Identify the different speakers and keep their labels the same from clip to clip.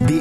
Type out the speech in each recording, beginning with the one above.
Speaker 1: The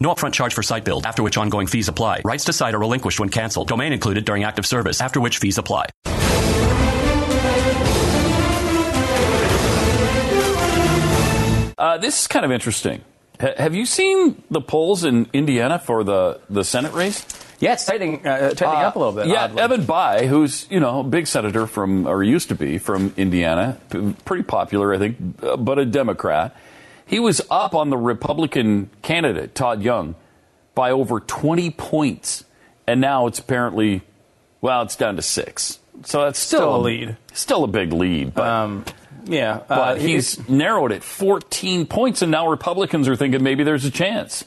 Speaker 2: No upfront charge for site build, after which ongoing fees apply. Rights to site are relinquished when canceled. Domain included during active service, after which fees apply.
Speaker 3: Uh, this is kind of interesting. H- have you seen the polls in Indiana for the, the Senate race?
Speaker 4: Yeah, it's tightening, uh, tightening uh, up a little bit.
Speaker 3: Yeah, oddly. Evan Bay, who's you know a big senator from or used to be from Indiana, p- pretty popular, I think, but a Democrat he was up on the Republican candidate, Todd Young, by over 20 points. And now it's apparently, well, it's down to six. So that's still,
Speaker 4: still a lead.
Speaker 3: Still a big lead. But, um,
Speaker 4: yeah.
Speaker 3: Uh, but he's narrowed it 14 points, and now Republicans are thinking maybe there's a chance.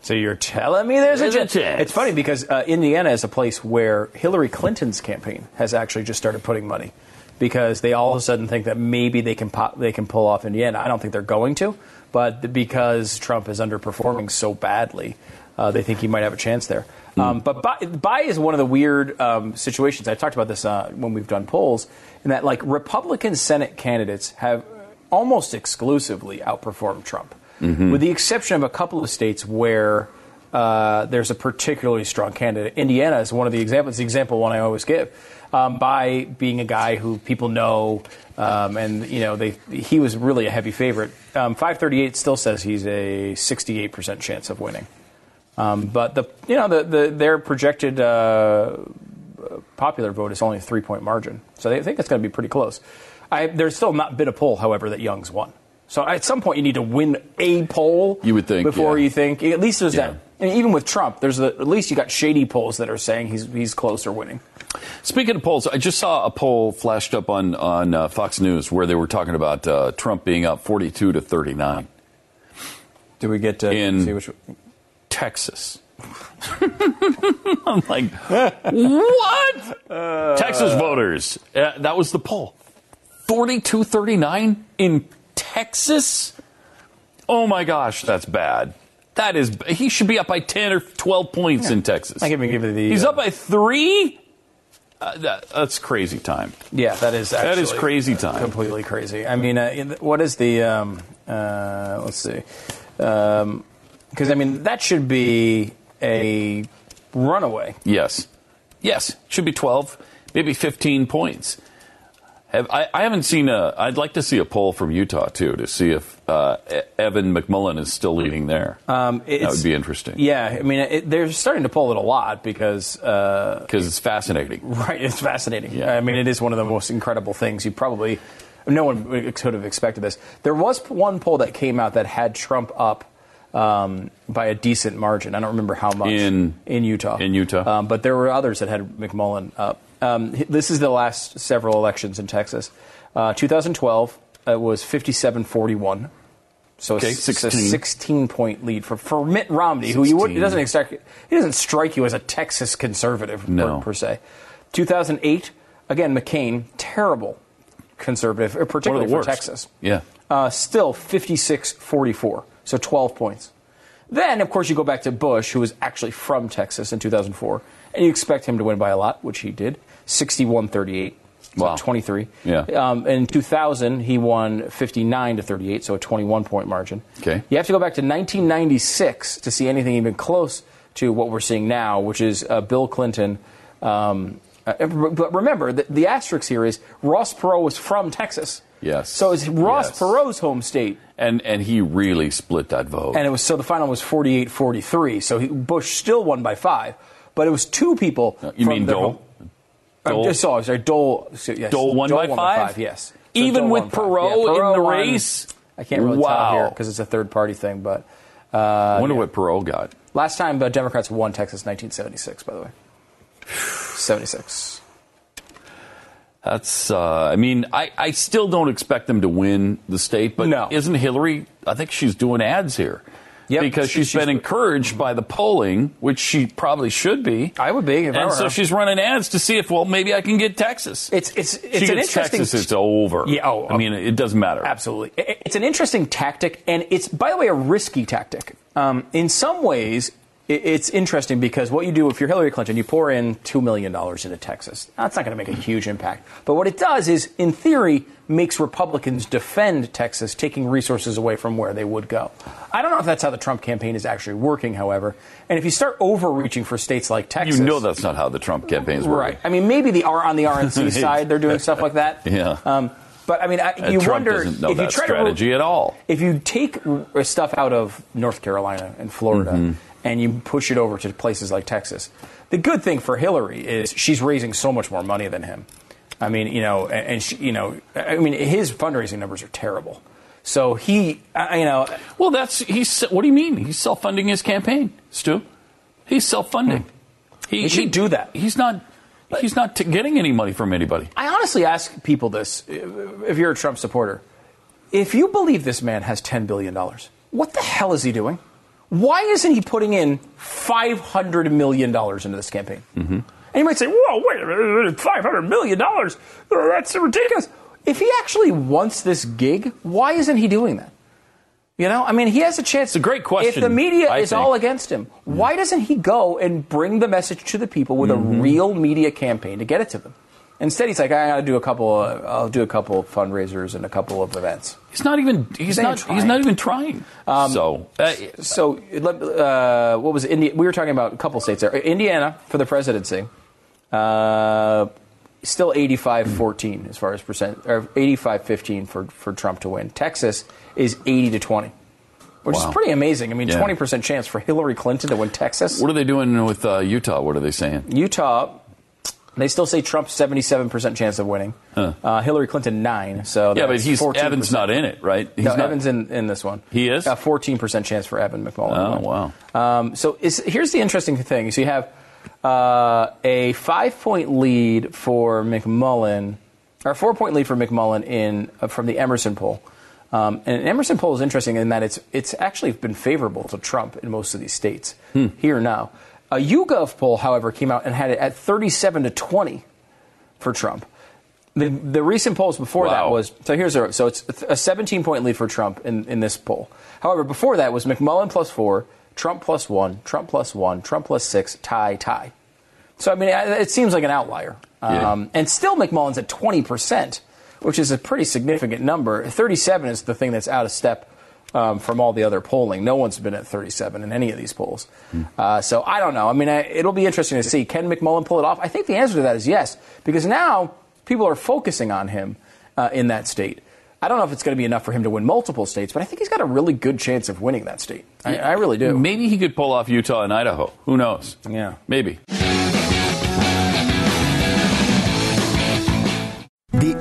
Speaker 4: So you're telling me there's,
Speaker 3: there's
Speaker 4: a, chance.
Speaker 3: a, chance.
Speaker 4: It's funny because uh, Indiana is a place where Hillary Clinton's campaign has actually just started putting money because they all of a sudden think that maybe they can pop, they can pull off Indiana. I don't think they're going to, but because Trump is underperforming so badly, uh, they think he might have a chance there. Mm. Um, but Bai Bi is one of the weird um, situations. I talked about this uh, when we've done polls, in that like Republican Senate candidates have almost exclusively outperformed Trump, mm-hmm. with the exception of a couple of states where. Uh, there's a particularly strong candidate. Indiana is one of the examples. It's the example one I always give. Um, by being a guy who people know, um, and you know they, he was really a heavy favorite. Um, 538 still says he's a 68 percent chance of winning, Um, but the you know the, the their projected uh, popular vote is only a three point margin, so they think it's going to be pretty close. I, there's still not been a poll, however, that Young's won. So at some point you need to win a poll.
Speaker 3: You would think
Speaker 4: before
Speaker 3: yeah.
Speaker 4: you think at least there's yeah. that. And even with Trump, there's the, at least you got shady polls that are saying he's he's close or winning.
Speaker 3: Speaking of polls, I just saw a poll flashed up on on uh, Fox News where they were talking about uh, Trump being up 42 to 39.
Speaker 4: Do we get to
Speaker 3: in
Speaker 4: see which one?
Speaker 3: Texas? I'm like, what? Uh, Texas voters. Uh, that was the poll. 42 39 in Texas? Oh my gosh, that's bad. That is, he should be up by 10 or 12 points yeah. in Texas.
Speaker 4: I can give you the.
Speaker 3: He's uh, up by three? Uh, that, that's crazy time.
Speaker 4: Yeah, that is
Speaker 3: That is crazy time.
Speaker 4: Completely crazy. I mean, uh, what is the, um, let's see. Because, um, I mean, that should be a runaway.
Speaker 3: Yes. Yes. Should be 12, maybe 15 points. Have, I, I, haven't seen a. I'd like to see a poll from Utah too to see if uh, Evan McMullen is still leading there.
Speaker 4: Uh,
Speaker 3: Um, that would be interesting.
Speaker 4: Yeah, I mean, it, they're starting to poll it a lot because because uh,
Speaker 3: it's fascinating.
Speaker 4: Right, it's fascinating. Yeah. I mean, it is one of the most incredible things. You probably no one could have expected this. There was one poll that came out that had Trump up. Um, by a decent margin. I don't remember how much
Speaker 3: in
Speaker 4: in Utah.
Speaker 3: In Utah,
Speaker 4: um, but there were others that had McMullen up. Um, this is the last several elections in Texas. Uh, 2012 it was 57-41. So
Speaker 3: okay,
Speaker 4: a,
Speaker 3: 16.
Speaker 4: a 16 point lead for, for Mitt Romney, 16. who you would, he doesn't expect, he doesn't strike you as a Texas conservative
Speaker 3: no.
Speaker 4: per, per, se. 2008 again McCain terrible conservative, particularly for Texas.
Speaker 3: Yeah.
Speaker 4: Uh, still 56-44, so 12 points. Then, of course, you go back to Bush, who was actually from Texas in 2004, and you expect him to win by a lot, which he did 61 38. So
Speaker 3: wow.
Speaker 4: 23.
Speaker 3: Yeah.
Speaker 4: Um, in 2000, he won 59 to 38, so a 21 point margin.
Speaker 3: Okay.
Speaker 4: You have to go back to 1996 to see anything even close to what we're seeing now, which is uh, Bill Clinton. Um, uh, but remember, the, the asterisk here is Ross Perot was from Texas.
Speaker 3: Yes.
Speaker 4: So it's Ross
Speaker 3: Yes.
Speaker 4: Perot's home state.
Speaker 3: And and he really split that vote.
Speaker 4: And it was so the final was 48-43. So he, Bush still won by five, but it was two people.
Speaker 3: Uh, you
Speaker 4: from
Speaker 3: mean
Speaker 4: their
Speaker 3: Dole?
Speaker 4: home- I'm just sorry, sorry. Dole. so, yes,
Speaker 3: Dole won by five?
Speaker 4: Yes.
Speaker 3: Even
Speaker 4: Dole
Speaker 3: with
Speaker 4: won five.
Speaker 3: Perot in the race?
Speaker 4: I can't really tell here
Speaker 3: Wow.
Speaker 4: because it's a third party thing. But
Speaker 3: I wonder what Perot got.
Speaker 4: last time uh, Democrats won Texas 1976, by the way. 76.
Speaker 3: That's, uh, I mean, I, I still don't expect them to win the state, but
Speaker 4: No.
Speaker 3: isn't Hillary, I think she's doing ads here.
Speaker 4: Yep.
Speaker 3: Because
Speaker 4: She-
Speaker 3: she's been
Speaker 4: she's-
Speaker 3: encouraged by the polling, which she probably should be.
Speaker 4: I would be if I
Speaker 3: and
Speaker 4: were
Speaker 3: so
Speaker 4: her.
Speaker 3: she's running ads to see if, well, maybe I can get Texas.
Speaker 4: It's it's it's
Speaker 3: she
Speaker 4: an
Speaker 3: gets
Speaker 4: interesting.
Speaker 3: Texas, it's over.
Speaker 4: Yeah, oh,
Speaker 3: I mean, it doesn't matter.
Speaker 4: Absolutely. I- I- It's an interesting tactic, and it's, by the way, a risky tactic. Um, in some ways, i- it's interesting because what you do if you're Hillary Clinton, you pour in $2 million into Texas. That's not going to make a huge impact. But what it does is, in theory, makes Republicans defend Texas, taking resources away from where they would go. I don't know if that's how the Trump campaign is actually working, however. And if you start overreaching for states like Texas.
Speaker 3: You know that's not how the Trump campaign's working.
Speaker 4: Right. I mean, maybe the R on the RNC side, they're doing stuff like that.
Speaker 3: Yeah.
Speaker 4: Um, but I mean, I,
Speaker 3: And
Speaker 4: you
Speaker 3: Trump
Speaker 4: wonder
Speaker 3: doesn't know
Speaker 4: if you
Speaker 3: that
Speaker 4: try
Speaker 3: strategy
Speaker 4: to
Speaker 3: at all.
Speaker 4: if you take r- stuff out of North Carolina and Florida
Speaker 3: Mm-hmm.
Speaker 4: and you push it over to places like Texas, the good thing for Hillary is she's raising so much more money than him. I mean, you know, a- and she, you know, I mean, his fundraising numbers are terrible. So he, I- you know,
Speaker 3: Well, that's he's. What do you mean? He's self-funding his campaign, Stu. He's self-funding.
Speaker 4: He should do that.
Speaker 3: He's not. He's not t- getting any money from anybody.
Speaker 4: I honestly ask people this if you're a Trump supporter. If you believe this man has $10 billion, what the hell is he doing? Why isn't he putting in $500 million into this campaign? Mm-hmm. And you might say, whoa, wait a minute, $500 million? That's ridiculous. If he actually wants this gig, why isn't he doing that? You know, I mean, he has a chance. It's
Speaker 3: a great question,
Speaker 4: If the media
Speaker 3: I
Speaker 4: is
Speaker 3: think. Mm-hmm.
Speaker 4: all against him, why doesn't he go and bring the message to the people with
Speaker 3: Mm-hmm.
Speaker 4: a real media campaign to get it to them? Instead, he's like, I got to do a couple. Of, I'll do a couple of fundraisers and a couple of events.
Speaker 3: He's not even. He's
Speaker 4: ain't
Speaker 3: not. He's
Speaker 4: trying. Um,
Speaker 3: not even trying. so uh,
Speaker 4: So, let- uh, what was it? Indi- we were talking about a couple states there. Indiana for the presidency, uh, still 85-14 as far as percent, or 85-15 for for Trump to win. Texas is 80 to 20, which
Speaker 3: Wow.
Speaker 4: is pretty amazing. I mean,
Speaker 3: Yeah.
Speaker 4: 20 percent chance for Hillary Clinton to win Texas.
Speaker 3: what are they doing with uh, Utah? What are they saying?
Speaker 4: Utah, they still say Trump's 77 percent chance of winning. Uh, Hillary Clinton nine. So
Speaker 3: Yeah, but
Speaker 4: that's
Speaker 3: he's
Speaker 4: 14%.
Speaker 3: Evan's not in it, right? He's
Speaker 4: no,
Speaker 3: not,
Speaker 4: Evan's in, in this one.
Speaker 3: He is?
Speaker 4: a fourteen percent chance for Evan McMullen. to
Speaker 3: Oh,
Speaker 4: win.
Speaker 3: wow.
Speaker 4: Um, so is, here's the interesting thing. So you have uh, a five point lead for McMullen, or four point lead for McMullen in uh, from the Emerson poll. Um, and an Emerson poll is interesting in that it's it's actually been favorable to Trump in most of these states here now. A YouGov poll, however, came out and had it at 37 to 20 for Trump. The, the recent polls before
Speaker 3: Wow.
Speaker 4: that was so here's a so it's a 17 point lead for Trump in, in this poll. However, before that was McMullen plus four, Trump plus one, Trump plus one, Trump plus six, tie tie. So I mean, I- it seems like an outlier.
Speaker 3: Yeah.
Speaker 4: Um, and still, McMullen's at 20 percent, which is a pretty significant number. 37 is the thing that's out of step. Um, from all the other polling, no one's been at 37 in any of these polls. Uh, so I don't know. I mean, I, it'll be interesting to see. Can McMullen pull it off? I think the answer to that is yes, because now people are focusing on him uh, in that state. I don't know if it's going to be enough for him to win multiple states, but I think he's got a really good chance of winning that state. I, I really do.
Speaker 3: Maybe he could pull off Utah and Idaho. Who knows?
Speaker 4: Yeah.
Speaker 3: Maybe.
Speaker 1: The